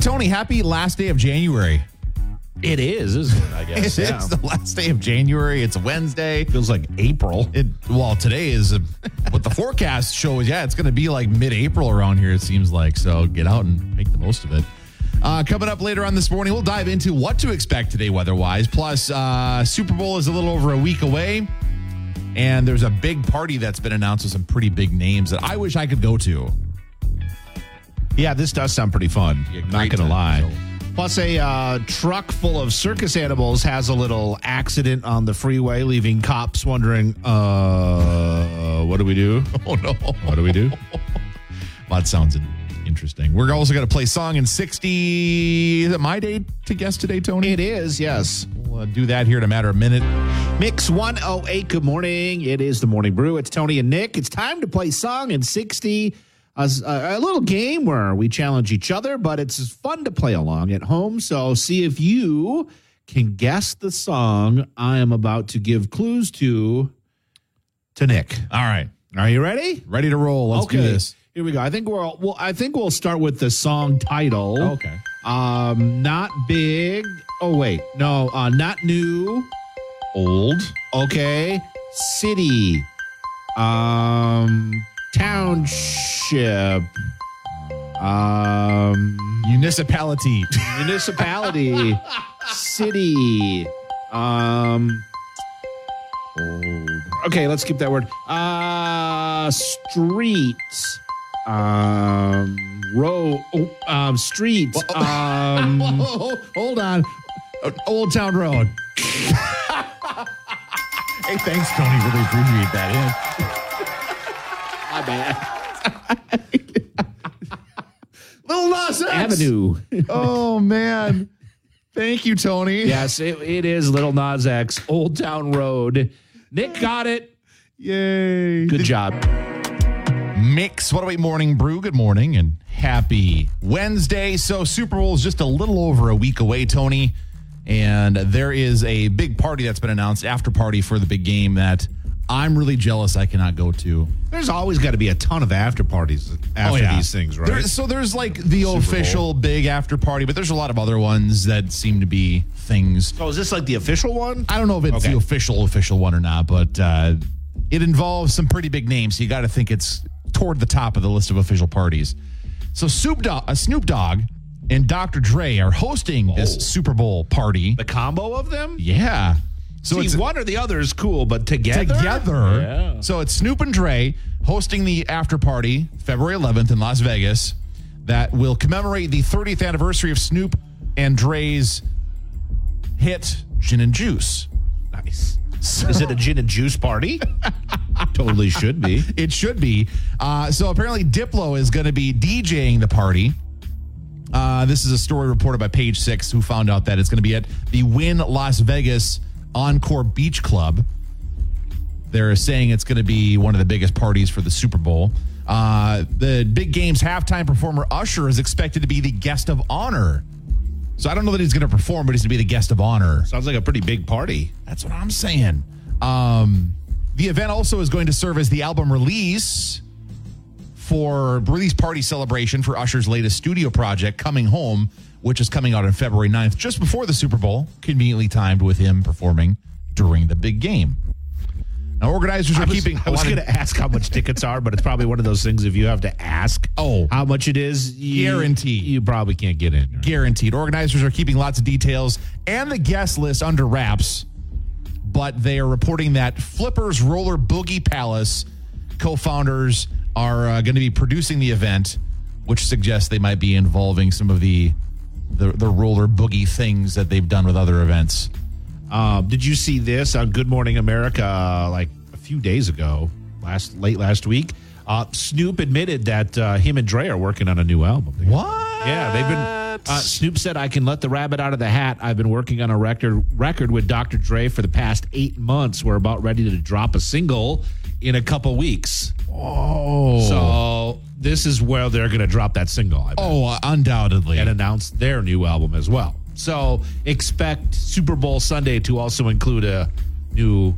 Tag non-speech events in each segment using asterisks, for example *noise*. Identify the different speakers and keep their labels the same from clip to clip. Speaker 1: Tony, happy last day of January.
Speaker 2: It is, isn't
Speaker 1: *laughs*
Speaker 2: it? I guess.
Speaker 1: It's
Speaker 2: yeah.
Speaker 1: the last day of January. It's a Wednesday.
Speaker 2: Feels like April.
Speaker 1: It, well, today is a, what the forecast shows. Yeah, it's going to be like mid-April around here. It seems like so. Get out and make the most of it. Uh, coming up later on this morning, we'll dive into what to expect today weather-wise. Plus, uh, Super Bowl is a little over a week away, and there's a big party that's been announced with some pretty big names that I wish I could go to.
Speaker 2: Yeah, this does sound pretty fun.
Speaker 1: Yeah,
Speaker 2: not
Speaker 1: great time,
Speaker 2: gonna lie.
Speaker 1: so.
Speaker 2: Plus, a uh, truck full of circus animals has a little accident on the freeway, leaving cops wondering, uh, what do we do?
Speaker 1: Oh no!
Speaker 2: What do we do?
Speaker 1: Well, that sounds in- interesting. We're also going to play song in 60. Is it my day to guess today, Tony?
Speaker 2: It is, yes.
Speaker 1: We'll uh, do that here in a matter of a minute.
Speaker 2: Mix 108, good morning. It is the Morning Brew. It's Tony and Nick. It's time to play Song in 60, a, s- a- a little game where we challenge each other, but it's fun to play along at home. So see if you can guess the song I am about to give clues to to Nick.
Speaker 1: All right.
Speaker 2: Are you ready?
Speaker 1: Ready to roll. Let's do this.
Speaker 2: Here we go. I think we'll, well I think we'll start with the song title.
Speaker 1: Okay.
Speaker 2: Um not big. Oh wait. No, uh not new.
Speaker 1: Old.
Speaker 2: Okay. City. Um township. Um *laughs*
Speaker 1: Municipality.
Speaker 2: municipality. city. Um old. Okay, let's skip that word. Uh street. Um row oh, um streets. Um
Speaker 1: oh, hold on. Old Town Road. *laughs* hey, thanks, Tony. Really appreciate that.
Speaker 2: *laughs* my bad.
Speaker 1: Yeah. Little Nas X.
Speaker 2: Avenue.
Speaker 1: Oh, man. Thank you, Tony.
Speaker 2: Yes, it, it is Little Nas X, Old Town Road. Nick got it.
Speaker 1: Yay.
Speaker 2: Good job.
Speaker 1: Mix. What a wait morning brew. Good morning and happy Wednesday. So Super Bowl is just a little over a week away, Tony, and there is a big party that's been announced, after party for the big game that I'm really jealous I cannot go to. Oh,
Speaker 2: There's always got to be a ton of after parties after these things, right?
Speaker 1: There- so there's like the official big after party, but there's a lot of other ones that seem to be things.
Speaker 2: so oh, is this like the official one?
Speaker 1: I don't know if it's
Speaker 2: Okay.
Speaker 1: the official official one or not, but uh, it involves some pretty big names. So you got to think it's toward the top of the list of official parties. So Snoop Dogg, uh, Snoop Dogg and Dr. Dre are hosting
Speaker 2: Oh.
Speaker 1: this Super Bowl party.
Speaker 2: The combo of them?
Speaker 1: yeah. So
Speaker 2: See,
Speaker 1: it's
Speaker 2: one or the other is cool, but together?
Speaker 1: together.
Speaker 2: Yeah.
Speaker 1: So it's Snoop and Dre hosting the after party February 11th in Las Vegas that will commemorate the 30th anniversary of Snoop and Dre's hit Gin and Juice.
Speaker 2: Nice. Is it a gin and juice party? totally should be.
Speaker 1: *laughs* It should be. Uh, so apparently, Diplo is going to be DJing the party. Uh, this is a story reported by Page Six, who found out that it's going to be at the Win Las Vegas Encore Beach Club. They're saying it's going to be one of the biggest parties for the Super Bowl. Uh, the big game's halftime performer Usher is expected to be the guest of honor. So I don't know that he's going to perform, but he's going to be the guest of honor.
Speaker 2: Sounds like a pretty big party.
Speaker 1: That's what I'm saying. Um, the event also is going to serve as the album release for release party celebration for Usher's latest studio project, Coming Home, which is coming out on February 9th, just before the Super Bowl, conveniently timed with him performing during the big game. Now, organizers are
Speaker 2: I was,
Speaker 1: keeping.
Speaker 2: I was
Speaker 1: wanted-
Speaker 2: going to ask how much tickets are, but it's probably one of those things if you have to ask
Speaker 1: Oh.
Speaker 2: how much it is, you,
Speaker 1: Guarantee.
Speaker 2: You probably can't get in. right?
Speaker 1: guaranteed. Organizers are keeping lots of details and the guest list under wraps, but they are reporting that Flippers Roller Boogie Palace co founders are uh, going to be producing the event, which suggests they might be involving some of the, the, the roller boogie things that they've done with other events.
Speaker 2: Um, did you see this on Good Morning America uh, like a few days ago, last late last week? Uh, Snoop admitted that uh, him and Dre are working on a new album.
Speaker 1: What?
Speaker 2: Yeah, they've been. Uh, Snoop said, "I can let the rabbit out of the hat. I've been working on a record record with Dr. Dre for the past eight months. We're about ready to drop a single in a couple weeks.
Speaker 1: oh.
Speaker 2: So this is where they're going to drop that single. I bet
Speaker 1: oh, uh, undoubtedly.
Speaker 2: and announced their new album as well. So expect Super Bowl Sunday to also include a new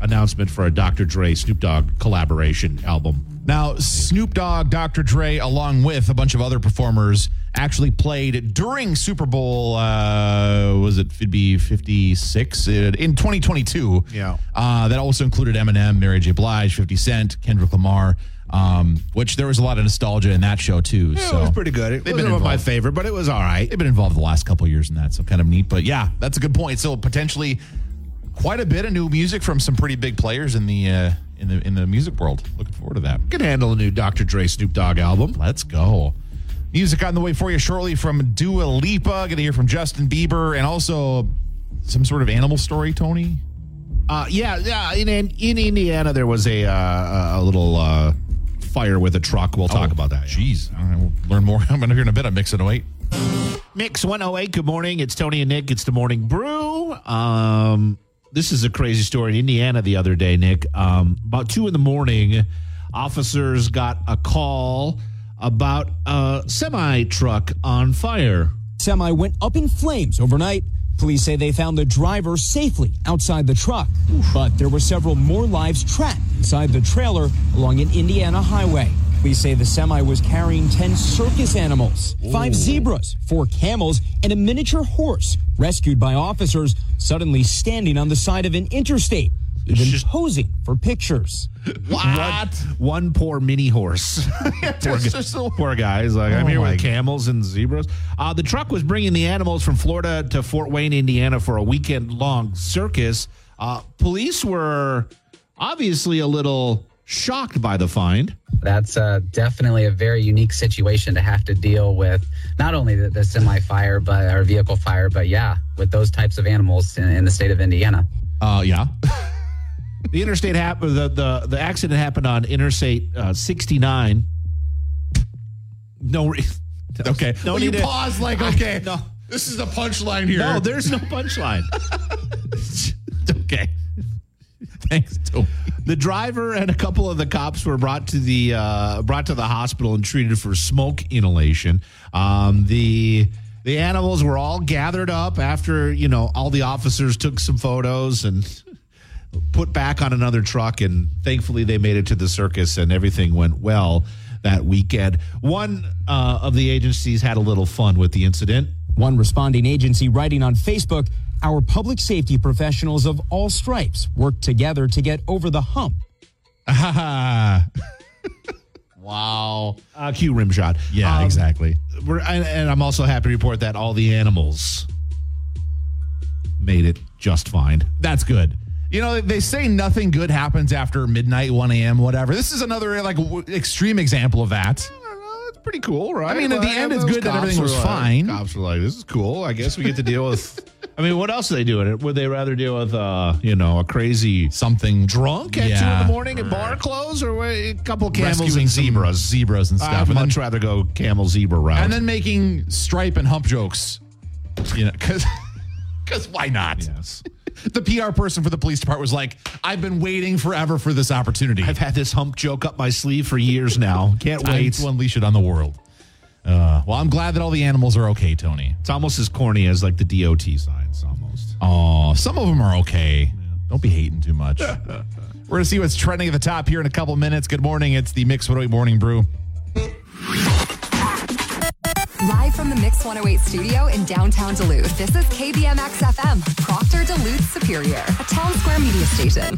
Speaker 2: announcement for a Dr. Dre Snoop Dogg collaboration album.
Speaker 1: Now, Snoop Dogg, Dr. Dre, along with a bunch of other performers, actually played during Super Bowl. Uh, was it? It'd be fifty six in 2022.
Speaker 2: Yeah.
Speaker 1: Uh, that also included Eminem, Mary J. Blige, Fifty Cent, Kendrick Lamar. Um, which there was a lot of nostalgia in that show too.
Speaker 2: Yeah,
Speaker 1: so
Speaker 2: it was pretty good. It
Speaker 1: They've
Speaker 2: wasn't
Speaker 1: been
Speaker 2: one of my
Speaker 1: involved.
Speaker 2: favorite, but it was all right.
Speaker 1: They've been involved the last couple of years in that, so kind of neat. But yeah, that's a good point. So potentially quite a bit of new music from some pretty big players in the uh, in the in the music world. Looking forward to that.
Speaker 2: Can handle a new Dr. Dre Snoop Dogg album.
Speaker 1: Let's go. Music on the way for you shortly from Dua Lipa. Gonna hear from Justin Bieber and also some sort of animal story, Tony.
Speaker 2: Uh, yeah, yeah. In, in in Indiana, there was a uh, a little uh, fire with a truck. We'll
Speaker 1: Oh.
Speaker 2: talk about that. yeah.
Speaker 1: Jeez, All right, we'll learn more. *laughs* I'm gonna hear in a bit. I'm mixing away.
Speaker 2: Mix 108. Good morning. It's Tony and Nick. It's the morning brew. Um, this is a crazy story in Indiana the other day, Nick. Um, about two in the morning, officers got a call about a semi truck on fire.
Speaker 3: semi went up in flames overnight. Police say they found the driver safely outside the truck, but there were several more lives trapped inside the trailer along an Indiana highway. Police say the semi was carrying 10 circus animals, five zebras, four camels, and a miniature horse rescued by officers suddenly standing on the side of an interstate, even
Speaker 2: just-
Speaker 3: posing for pictures.
Speaker 2: What? One poor mini *laughs* horse. poor,
Speaker 1: there's
Speaker 2: guy,
Speaker 1: just a-
Speaker 2: poor guy. He's like, I'm
Speaker 1: Oh
Speaker 2: here
Speaker 1: my
Speaker 2: with camels and zebras. Uh, the truck was bringing the animals from Florida to Fort Wayne, Indiana for a weekend long circus. Uh, police were obviously a little shocked by the find.
Speaker 4: that's uh, definitely a very unique situation to have to deal with not only the, the semi fire but or vehicle fire but yeah with those types of animals in, in the state of indiana
Speaker 1: Uh yeah.
Speaker 2: *laughs* The interstate happened, the, the, the accident happened on Interstate uh, 69. No, re- *laughs*
Speaker 1: okay.
Speaker 2: No
Speaker 1: well, you
Speaker 2: need to-
Speaker 1: pause like
Speaker 2: I-
Speaker 1: okay.
Speaker 2: no.
Speaker 1: This is the punchline here.
Speaker 2: no, there's no punchline.
Speaker 1: *laughs* okay. Thanks, Tony.
Speaker 2: The driver and a couple of the cops were brought to the uh, brought to the hospital and treated for smoke inhalation. Um, the the animals were all gathered up after you know all the officers took some photos and put back on another truck, and thankfully they made it to the circus and everything went well that weekend. One uh, of the agencies had a little fun with the incident.
Speaker 3: One responding agency writing on Facebook, our public safety professionals of all stripes work together to get over the hump
Speaker 2: *laughs*
Speaker 1: wow.
Speaker 2: Uh, cue rim shot.
Speaker 1: Yeah,
Speaker 2: Um,
Speaker 1: exactly.
Speaker 2: We're, and, and I'm also happy to report that all the animals made it just fine.
Speaker 1: That's good. You know, they say nothing good happens after midnight, 1 a.m., whatever. This is another like w- extreme example of that.
Speaker 2: It's pretty cool, right?
Speaker 1: I mean, at the
Speaker 2: Well,
Speaker 1: end, it's
Speaker 2: those
Speaker 1: good that
Speaker 2: cops
Speaker 1: everything was
Speaker 2: were like-
Speaker 1: fine.
Speaker 2: Cops were like, "This is cool. I guess we get to deal with."
Speaker 1: *laughs*
Speaker 2: I mean, what else are they doing? Would they rather deal with, uh, you know, a crazy
Speaker 1: Something drunk
Speaker 2: at two in the morning in bar clothes, or what- a couple camels
Speaker 1: Rescuing
Speaker 2: and
Speaker 1: some
Speaker 2: zebras?
Speaker 1: zebras and
Speaker 2: I
Speaker 1: stuff,
Speaker 2: would
Speaker 1: and,
Speaker 2: much
Speaker 1: then,
Speaker 2: rather go camel zebra route.
Speaker 1: and then making stripe and hump jokes. You know, *laughs* because why not?
Speaker 2: yes.
Speaker 1: *laughs* The PR person for the police department was like, "I've been waiting forever for this opportunity.
Speaker 2: I've had this hump joke up my sleeve for years now. Can't
Speaker 1: Time
Speaker 2: wait.
Speaker 1: to unleash it on the world." Uh, well, I'm glad that all the animals are okay, Tony.
Speaker 2: It's almost as corny as like the DOT signs, almost.
Speaker 1: Oh, some of them are okay. Don't be hating too much. We're going to see what's trending at the top here in a couple minutes. Good morning. It's the Mix 108 Morning Brew.
Speaker 5: Live from the Mix 108 studio in downtown Duluth, this is KBMX FM, Proctor Duluth Superior, a town square media station.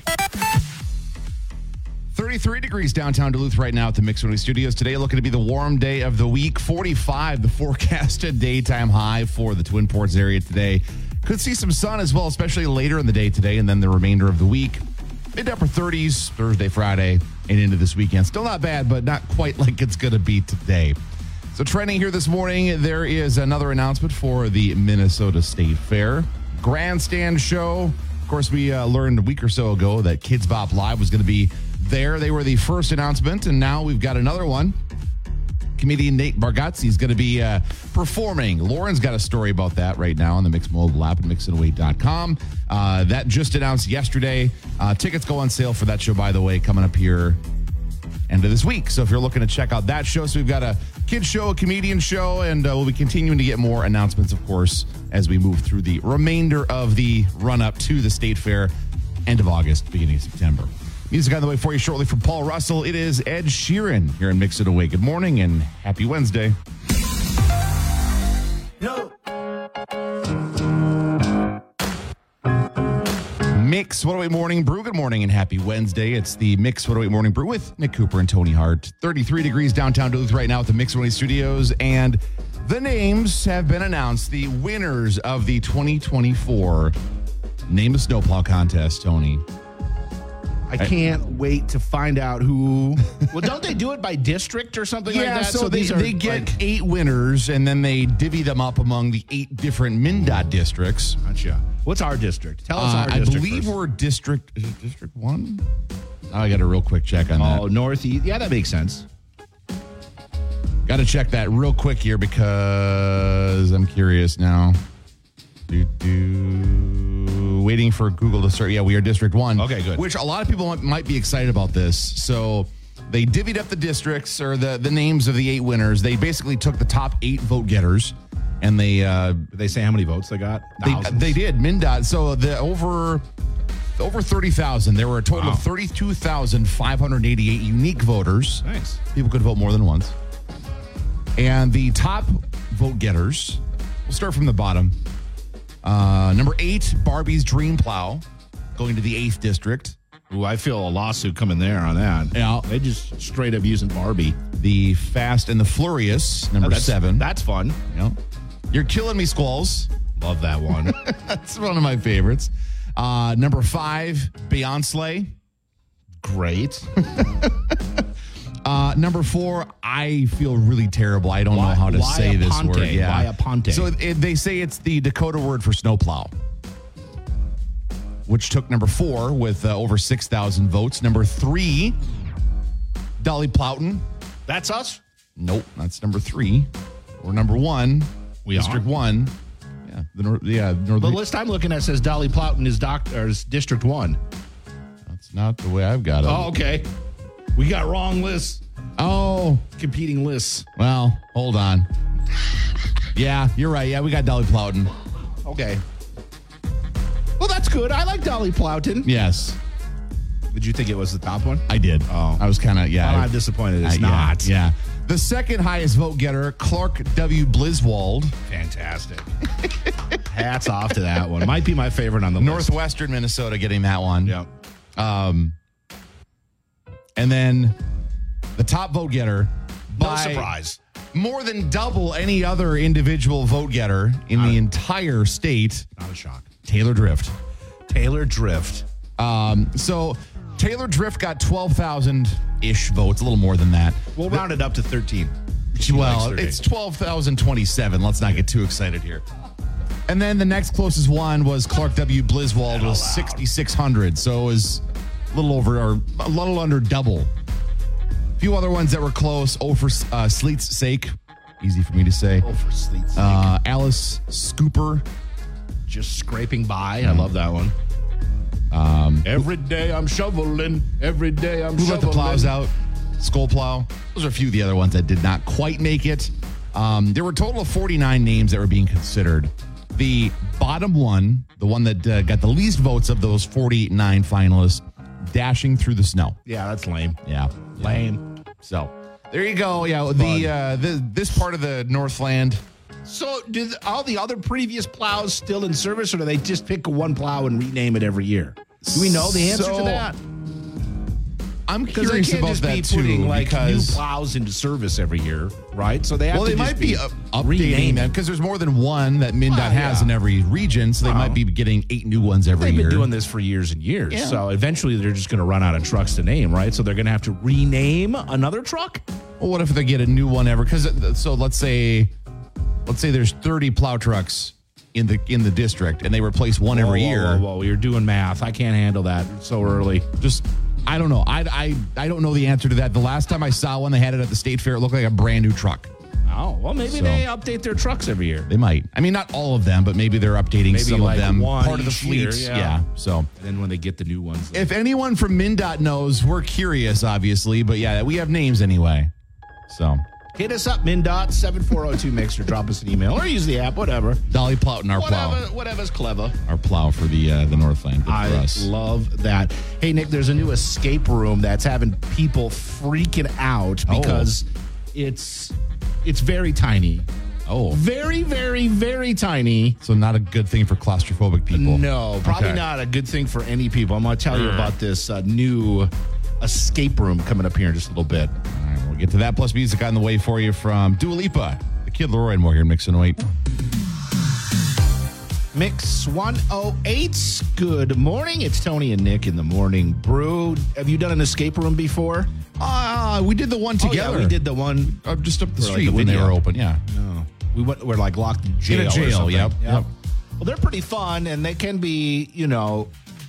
Speaker 1: 33 degrees downtown Duluth right now at the Mix 108 Studios. Today, looking to be the warm day of the week. 45, the *laughs* forecasted daytime high for the Twin Ports area today. Could see some sun as well, especially later in the day today and then the remainder of the week. Mid to upper 30s, Thursday, Friday, and into this weekend. Still not bad, but not quite *laughs* like it's going to be today. So, trending here this morning, there is another announcement for the Minnesota State Fair grandstand show. Of course, we uh, learned a week or so ago that Kids Bop Live was going to be there. They were the first announcement, and now we've got another one. Comedian Nate Bargatze is going to be uh, performing. Lauren's got a story about that right now on the Mix Mobile app at mixandaway.com. Uh, that just announced yesterday. Uh, tickets go on sale for that show, by the way, coming up here end of this week. So if you're looking to check out that show, so we've got a kids show, a comedian show, and uh, we'll be continuing to get more announcements, of course, as we move through the remainder of the run up to the state fair, end of August, beginning of September. Music on the way for you shortly from Paul Russell. It is Ed Sheeran here in Mix It Away. Good morning and happy Wednesday. Mix What Away Morning Brew. Good morning and happy Wednesday. It's the Mix What Away Morning Brew with Nick Cooper and Tony Hart. 33 degrees downtown Duluth right now at the Mix Away Studios. And the names have been announced. The winners of the 2024 Name a Snowplow contest, Tony.
Speaker 2: I can't wait to find
Speaker 1: *laughs*
Speaker 2: out who. Well, don't they do it by district or something like that?
Speaker 1: so, they, they get
Speaker 2: like-
Speaker 1: eight winners and then they divvy them up among the eight different MnDOT districts.
Speaker 2: Gotcha. What's our district? Tell us
Speaker 1: Uh,
Speaker 2: our
Speaker 1: I
Speaker 2: district.
Speaker 1: believe
Speaker 2: first.
Speaker 1: we're district is it district one. Now I got a real quick check on that.
Speaker 2: oh northeast. Yeah, that makes sense.
Speaker 1: Got to check that real quick here because I'm curious now. Do, do, waiting for Google to search. Yeah, we are District 1.
Speaker 2: Okay, good.
Speaker 1: Which a lot of people might- might be excited about this. So they divvied up the districts or the, the names of the eight winners. They basically took the top eight vote getters and they uh,
Speaker 2: Did they say how many votes they got?
Speaker 1: they,
Speaker 2: Thousands?
Speaker 1: they did MnDOT. So the over over thirty thousand. There were a total
Speaker 2: Wow.
Speaker 1: of thirty two thousand five hundred eighty eight unique voters.
Speaker 2: Nice.
Speaker 1: People could vote more than once. And the top vote getters. We'll start from the bottom. Uh, number eight, Barbie's Dream Plow, going to the eighth district.
Speaker 2: Ooh, I feel a lawsuit coming there on that.
Speaker 1: Yeah.
Speaker 2: They just straight up using Barbie.
Speaker 1: The Fast and the Furious, number
Speaker 2: That's-
Speaker 1: seven.
Speaker 2: That's fun.
Speaker 1: Yeah. You're killing me, squalls.
Speaker 2: Love that one.
Speaker 1: *laughs* That's one of my favorites. Uh, number five, Beyonce.
Speaker 2: Great.
Speaker 1: *laughs* Uh, number four, I feel really terrible. I don't
Speaker 2: Wy-
Speaker 1: know how to say this
Speaker 2: Wyaponte,
Speaker 1: word.
Speaker 2: Wyaponte.
Speaker 1: So it, it- they say it's the Dakota word for snowplow, which took number four with uh, over 6,000 votes. Number three, Dolly Plowton.
Speaker 2: That's us.
Speaker 1: Nope, that's number three. Or number one,
Speaker 2: We
Speaker 1: District
Speaker 2: are?
Speaker 1: One. Yeah, the nor- yeah,
Speaker 2: The
Speaker 1: northern.
Speaker 2: list I'm looking at says Dolly Plowton is doctor is District One.
Speaker 1: that's not the way I've got it.
Speaker 2: Oh, okay. We got wrong lists.
Speaker 1: oh
Speaker 2: Competing lists.
Speaker 1: well, hold on. yeah, you're right. Yeah, we got Dolly Plowton.
Speaker 2: Okay. Well, that's good. I like Dolly Plowton.
Speaker 1: Yes.
Speaker 2: Did you think it was the top one?
Speaker 1: I did.
Speaker 2: Oh.
Speaker 1: I was kind of yeah.
Speaker 2: Well,
Speaker 1: I-
Speaker 2: I'm disappointed it's
Speaker 1: I- yeah,
Speaker 2: not.
Speaker 1: Yeah, The second highest vote getter, Clark W. Bliswold,
Speaker 2: Fantastic. Hats off to that one. Might be my favorite on the list.
Speaker 1: Northwestern Minnesota, getting that one. Um,
Speaker 2: Yep.
Speaker 1: And then the top vote getter.
Speaker 2: No
Speaker 1: by
Speaker 2: surprise.
Speaker 1: More than double any other individual vote getter in the entire state,
Speaker 2: Not a shock.
Speaker 1: Taylor Drift.
Speaker 2: Taylor Drift.
Speaker 1: Um, so Taylor Drift got 12,000 ish votes, a little more than that.
Speaker 2: We'll round it up to 13. She likes
Speaker 1: Well,
Speaker 2: 13.
Speaker 1: it's 12,027. Let's not get too excited here. And then the next closest one was Clark W. Bliswold
Speaker 2: Oh,
Speaker 1: with 6,600. So it was a little over or a little under double. A few other ones that were close. Oh, for uh, Sleet's sake. Easy for me to say.
Speaker 2: Oh, for sleep's sake.
Speaker 1: Uh, Alice Scooper.
Speaker 2: Just scraping by. I love that one. every day I'm shoveling. Every day I'm
Speaker 1: Um, Who let
Speaker 2: shoveling.
Speaker 1: the plows out? Skull plow. Those are a few of the other ones that did not quite make it. Um, there were a total of 49 names that were being considered. The bottom one, the one that uh, got the least votes of those 49 finalists, dashing through the snow.
Speaker 2: Yeah, that's lame.
Speaker 1: Yeah.
Speaker 2: Lame.
Speaker 1: So there you go. Yeah. The, uh, the this part of the Northland.
Speaker 2: So, do the, all the other previous plows still in service, or do they just pick one plow and rename it every year? Do we know the answer
Speaker 1: So,
Speaker 2: to that?
Speaker 1: I'm
Speaker 2: Because they
Speaker 1: curious
Speaker 2: can't
Speaker 1: about
Speaker 2: just be
Speaker 1: that too.
Speaker 2: putting like new
Speaker 1: because
Speaker 2: plows into service every year, right? So they have
Speaker 1: Well,
Speaker 2: to
Speaker 1: they
Speaker 2: just
Speaker 1: might be, uh updating
Speaker 2: renaming.
Speaker 1: them because there's more than one that MnDOT
Speaker 2: Well,
Speaker 1: has
Speaker 2: yeah.
Speaker 1: in every region, so they
Speaker 2: Wow.
Speaker 1: might be getting eight new ones every
Speaker 2: They've
Speaker 1: year.
Speaker 2: been doing this for years and years.
Speaker 1: Yeah.
Speaker 2: So eventually they're just going to run out of trucks to name, right? So they're going to have to rename another truck.
Speaker 1: Well, what if they get a new one ever? Because so let's say, let's say there's 30 plow trucks in the in the district, and they replace one every
Speaker 2: Whoa,
Speaker 1: year.
Speaker 2: Whoa, whoa, whoa, you're doing math. I can't handle that It's so early.
Speaker 1: Just I don't know. I, I I don't know the answer to that. The last time I saw one, they had it at the state fair. It looked like a brand new truck.
Speaker 2: Oh, well, maybe
Speaker 1: So-
Speaker 2: they update their trucks every year.
Speaker 1: They might. I mean, not all of them, but maybe they're updating
Speaker 2: Maybe
Speaker 1: some
Speaker 2: like
Speaker 1: of them.
Speaker 2: one
Speaker 1: Part of the
Speaker 2: each year,
Speaker 1: fleets.
Speaker 2: yeah.
Speaker 1: yeah. So
Speaker 2: And then when they get the new ones,
Speaker 1: If anyone from MnDOT knows, we're curious, obviously, but yeah, we have names anyway. So
Speaker 2: hit us up, MnDOT 7402 Mixer. Drop us an email oh or use the app, whatever.
Speaker 1: Dolly Plowton, our
Speaker 2: Whatever,
Speaker 1: plow,
Speaker 2: whatever's clever.
Speaker 1: our plow for the uh, the Northland. Good
Speaker 2: I
Speaker 1: for us.
Speaker 2: love that. Hey, Nick, there's a new escape room that's having
Speaker 1: Oh.
Speaker 2: people freaking out because it's it's very tiny.
Speaker 1: Oh.
Speaker 2: Very, very, very tiny.
Speaker 1: So not a good thing for claustrophobic people.
Speaker 2: No, probably
Speaker 1: Okay. Mm.
Speaker 2: not a good thing for any people. I'm going to tell you about this uh, new escape room coming up here in just a little bit.
Speaker 1: All right, we'll get to that plus music on the way for you from Dua Lipa, the Kid Leroy, and more here in Mix and Wait.
Speaker 2: Mix 108. Good morning. It's Tony and Nick in the morning brew. Have you done an escape room before?
Speaker 1: Ah, we did the one
Speaker 2: Oh, yeah,
Speaker 1: together.
Speaker 2: we did the one.
Speaker 1: uh, just up the
Speaker 2: For, like,
Speaker 1: street
Speaker 2: the
Speaker 1: when they
Speaker 2: video.
Speaker 1: were open. Yeah.
Speaker 2: No. Oh. We went, we're like locked in jail.
Speaker 1: In a
Speaker 2: or
Speaker 1: jail,
Speaker 2: something.
Speaker 1: yep, yep.
Speaker 2: Well, they're pretty fun and they can be, you know,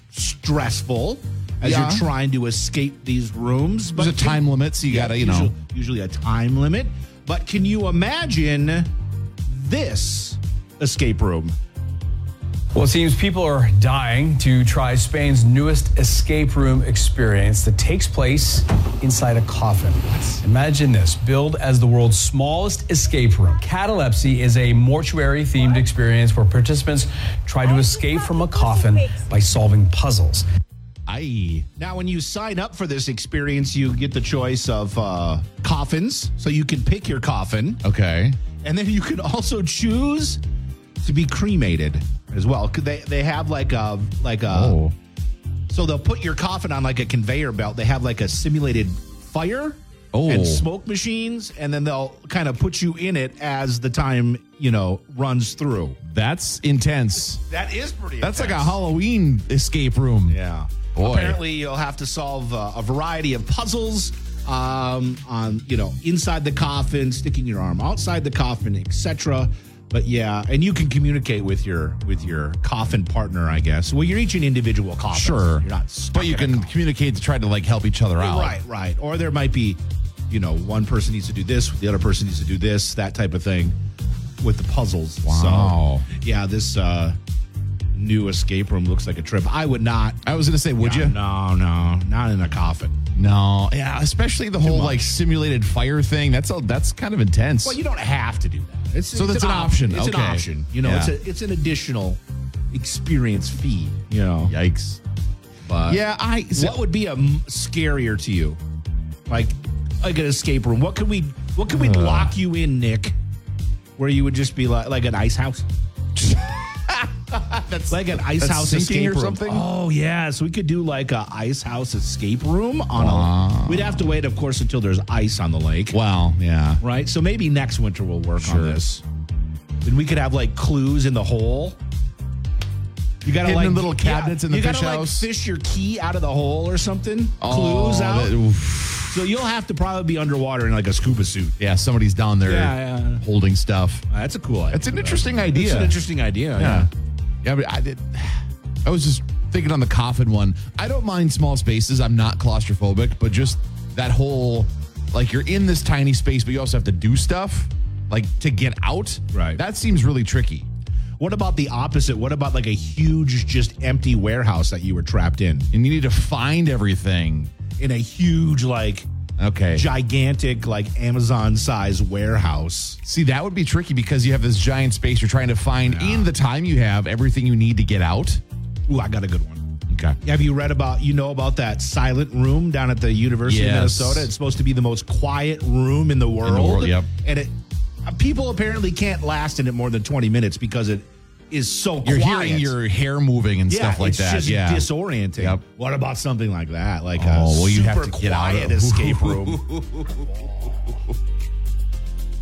Speaker 2: stressful as
Speaker 1: Yeah.
Speaker 2: you're trying to escape these rooms. But
Speaker 1: There's a time limit, so you gotta, you
Speaker 2: usually,
Speaker 1: know.
Speaker 2: usually a time limit. But can you imagine this escape room?
Speaker 6: Well, it seems people are dying to try Spain's newest escape room experience that takes place inside a coffin. Imagine this billed as the world's smallest escape room. Catalepsy is a mortuary themed experience where participants try to escape from a coffin by solving puzzles.
Speaker 1: I.
Speaker 2: Now, when you sign up for this experience, you get the choice of uh, coffins, so you can pick your coffin,
Speaker 1: Okay.
Speaker 2: and then you can also choose to be cremated as well. 'Cause They they have like a like a
Speaker 1: Oh.
Speaker 2: so they'll put your coffin on like a conveyor belt. They have like a simulated fire
Speaker 1: Oh.
Speaker 2: and smoke machines, and then they'll kind of put you in it as the time you know runs through.
Speaker 1: That's intense.
Speaker 2: That is pretty.
Speaker 1: That's like a Halloween escape room.
Speaker 2: Yeah.
Speaker 1: Boy.
Speaker 2: Apparently, you'll have to solve uh, a variety of puzzles um, on, you know, inside the coffin, sticking your arm outside the coffin, etc. But yeah, and you can communicate with your with your coffin partner, I guess. Well, you're each an individual coffin.
Speaker 1: Sure.
Speaker 2: you're not. Stuck
Speaker 1: But you
Speaker 2: in a
Speaker 1: can
Speaker 2: coffin.
Speaker 1: communicate to try to like help each other out.
Speaker 2: Right, right. Or there might be, you know, one person needs to do this, the other person needs to do this, that type of thing with the puzzles.
Speaker 1: Wow.
Speaker 2: So, yeah, this uh, new escape room looks like a trip. I would not
Speaker 1: I was gonna say, would you?
Speaker 2: no, no, not in a coffin.
Speaker 1: No. Yeah, especially the whole like simulated fire thing. That's all. That's kind of intense.
Speaker 2: Well, you don't have to do that. It's,
Speaker 1: So
Speaker 2: it's
Speaker 1: that's an
Speaker 2: op-
Speaker 1: option.
Speaker 2: It's
Speaker 1: Okay.
Speaker 2: an option. You know,
Speaker 1: Yeah.
Speaker 2: it's a, it's an additional experience fee. You know,
Speaker 1: Yikes.
Speaker 2: but
Speaker 1: Yeah, I. so-
Speaker 2: what would be a m- scarier to you? Like like an escape room. What could we what could we
Speaker 1: Uh.
Speaker 2: lock you in, Nick? Where you would just be like like an
Speaker 1: *laughs*
Speaker 2: ice house. that's like an ice
Speaker 1: that's
Speaker 2: house
Speaker 1: sinking
Speaker 2: escape
Speaker 1: or
Speaker 2: room.
Speaker 1: something?
Speaker 2: Oh yeah, so we could do like a ice house escape room on
Speaker 1: Ah.
Speaker 2: a. We'd have to wait, of course, until there's ice on the lake.
Speaker 1: Wow. Yeah.
Speaker 2: right? So maybe next winter we'll work
Speaker 1: Sure.
Speaker 2: on this. And we could have like clues in the hole. You gotta
Speaker 1: Hidden
Speaker 2: like
Speaker 1: in little cabinets in the
Speaker 2: you
Speaker 1: fish
Speaker 2: gotta,
Speaker 1: house.
Speaker 2: Like, fish your key out of the hole or something.
Speaker 1: Oh,
Speaker 2: clues out.
Speaker 1: that- oof.
Speaker 2: so you'll have to probably be underwater in like a scuba suit.
Speaker 1: yeah, somebody's down there
Speaker 2: Yeah, yeah, yeah.
Speaker 1: holding stuff.
Speaker 2: Uh, that's a cool. idea.
Speaker 1: That's an interesting
Speaker 2: It's
Speaker 1: idea.
Speaker 2: an interesting idea.
Speaker 1: Yeah. Yeah, but I did. I was just thinking on the coffin one. I don't mind small spaces. I'm not claustrophobic, but just that whole like you're in this tiny space, but you also have to do stuff like to get out.
Speaker 2: Right.
Speaker 1: That seems really tricky.
Speaker 2: What about the opposite? What about like a huge, just empty warehouse that you were trapped in?
Speaker 1: And you need to find everything.
Speaker 2: In a huge, like
Speaker 1: Okay.
Speaker 2: gigantic, like Amazon size warehouse.
Speaker 1: See, that would be tricky because you have this giant space you're trying to find in the time you have everything you need to get out.
Speaker 2: Ooh, I got a good one.
Speaker 1: Okay.
Speaker 2: Have you read about you know about that silent room down at the University
Speaker 1: Yes.
Speaker 2: of Minnesota? It's supposed to be the most quiet room in the world.
Speaker 1: world, yep.
Speaker 2: And it uh, people apparently can't last in it more than twenty minutes because it is so
Speaker 1: You're
Speaker 2: quiet.
Speaker 1: hearing your hair moving and
Speaker 2: yeah,
Speaker 1: stuff like
Speaker 2: it's
Speaker 1: that.
Speaker 2: Just
Speaker 1: yeah.
Speaker 2: disorienting.
Speaker 1: Yep.
Speaker 2: What about something like that? Like a
Speaker 1: Oh, well, you
Speaker 2: super
Speaker 1: have to get out
Speaker 2: quiet
Speaker 1: of- *laughs*
Speaker 2: escape room.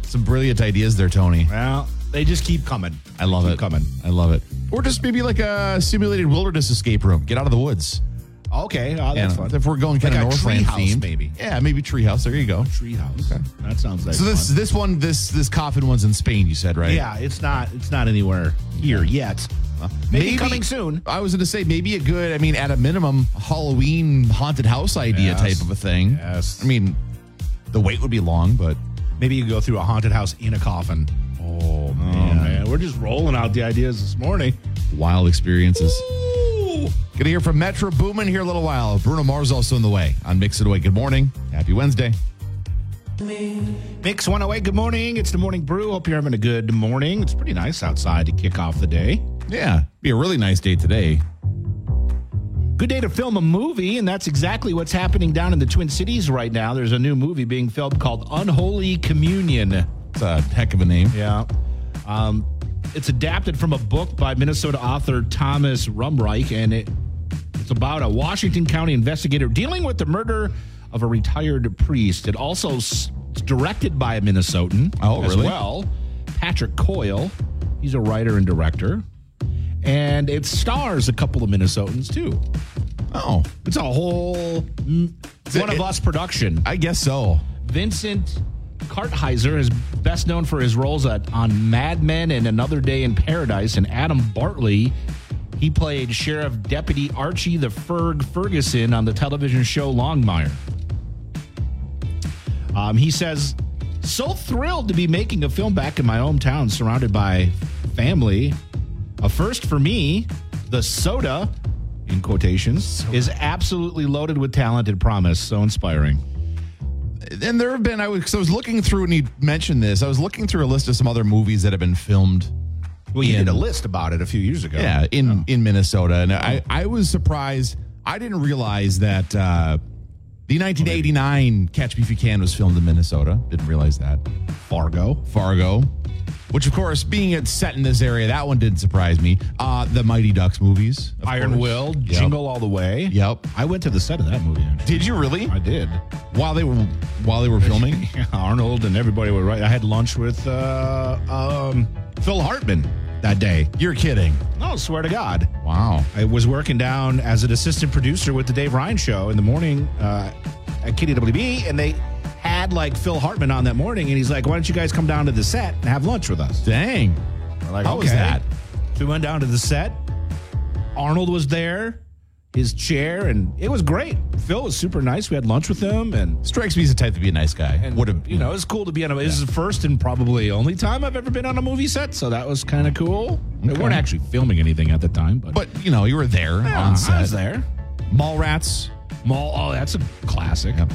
Speaker 1: Some brilliant ideas there, Tony.
Speaker 2: well, they just keep coming.
Speaker 1: I love
Speaker 2: Keep
Speaker 1: it.
Speaker 2: Coming.
Speaker 1: I love it. Or just maybe like a simulated wilderness escape room. Get out of the woods.
Speaker 2: Okay, oh,
Speaker 1: And
Speaker 2: that's fun.
Speaker 1: If we're going kind
Speaker 2: Like
Speaker 1: of
Speaker 2: a
Speaker 1: Northland
Speaker 2: treehouse,
Speaker 1: themed,
Speaker 2: maybe.
Speaker 1: Yeah, maybe treehouse. There you go.
Speaker 2: treehouse. That sounds like
Speaker 1: So this
Speaker 2: fun.
Speaker 1: this one this this coffin one's in Spain. You said right?
Speaker 2: yeah, it's not it's not anywhere here yet. maybe coming soon.
Speaker 1: I was going to say maybe a good. I mean, at a minimum, Halloween haunted house idea
Speaker 2: Yes.
Speaker 1: type of a thing.
Speaker 2: Yes.
Speaker 1: I mean, the wait would be long, but
Speaker 2: Maybe you go through a haunted house in a coffin.
Speaker 1: oh
Speaker 2: Oh, man. We're just rolling out the ideas this morning.
Speaker 1: wild experiences. Gonna hear from Metro Boomin here in a little while. Bruno Mars also in the way on Mix It Away. Good morning. Happy Wednesday.
Speaker 2: Mix 108, good morning. It's the morning brew. Hope you're having a good morning. It's pretty nice outside to kick off the day.
Speaker 1: Yeah, be a really nice day today.
Speaker 2: Good day to film a movie, and that's exactly what's happening down in the Twin Cities right now. There's a new movie being filmed called Unholy Communion.
Speaker 1: It's a heck of a name.
Speaker 2: Yeah. Um, it's adapted from a book by Minnesota author Thomas Rumreich, and it it's about a Washington County investigator dealing with the murder of a retired priest. It also s- it's directed by a Minnesotan
Speaker 1: Oh,
Speaker 2: as
Speaker 1: really?
Speaker 2: well, Patrick Coyle. He's a writer and director. And it stars a couple of Minnesotans too.
Speaker 1: Oh,
Speaker 2: It's a whole mm,
Speaker 1: it-
Speaker 2: one of us production.
Speaker 1: I guess so.
Speaker 2: Vincent Kartheiser is best known for his roles at, on Mad Men and Another Day in Paradise, and Adam Bartley. He played Sheriff Deputy Archie the Ferg Ferguson on the television show Longmire. Um, he says, So thrilled to be making a film back in my hometown, surrounded by family. A first for me, the soda, in quotations, is absolutely loaded with talent and promise. So inspiring.
Speaker 1: And there have been I was 'cause I was looking through and he mentioned this. I was looking through a list of some other movies that have been filmed.
Speaker 2: Well, you
Speaker 1: in-
Speaker 2: did a list about it a few years ago.
Speaker 1: Yeah, in in Minnesota, and I I was surprised. I didn't realize that uh, the 1989 Catch Me If You Can was filmed in Minnesota. Didn't realize that. Fargo, Fargo, which of course, being it's set in this area, that one didn't surprise me. Uh, the Mighty Ducks movies, of
Speaker 2: Iron
Speaker 1: course.
Speaker 2: Will,
Speaker 1: Yep.
Speaker 2: Jingle All the Way.
Speaker 1: Yep.
Speaker 2: I went to the set of that movie. actually.
Speaker 1: Did you really?
Speaker 2: I did.
Speaker 1: While they were while they were filming.
Speaker 2: Yeah, *laughs* Arnold and everybody were right. I had lunch with uh, um, Phil Hartman that day.
Speaker 1: You're kidding.
Speaker 2: No, swear to God.
Speaker 1: Wow.
Speaker 2: I was working down as an assistant producer with the Dave Ryan show in the morning uh, at KDWB, and they had like Phil Hartman on that morning, and he's like, "Why don't you guys come down to the set and have lunch with us?"
Speaker 1: Dang.
Speaker 2: We're Like,
Speaker 1: How was that?
Speaker 2: So we went down to the set. Arnold was there, his chair, and it was great. Phil was super nice. We had lunch with him, and,
Speaker 1: Strikes me as the type to be a nice guy.
Speaker 2: and
Speaker 1: Would have
Speaker 2: you know, it was cool to be on a. This is the first and probably only time I've ever been on a movie set, so that was kind of cool. They
Speaker 1: Okay.
Speaker 2: weren't actually filming anything at the time, but,
Speaker 1: But you know, you were there
Speaker 2: yeah,
Speaker 1: on set.
Speaker 2: I was there.
Speaker 1: Mallrats.
Speaker 2: Mall. Oh, that's a classic.
Speaker 1: Uh,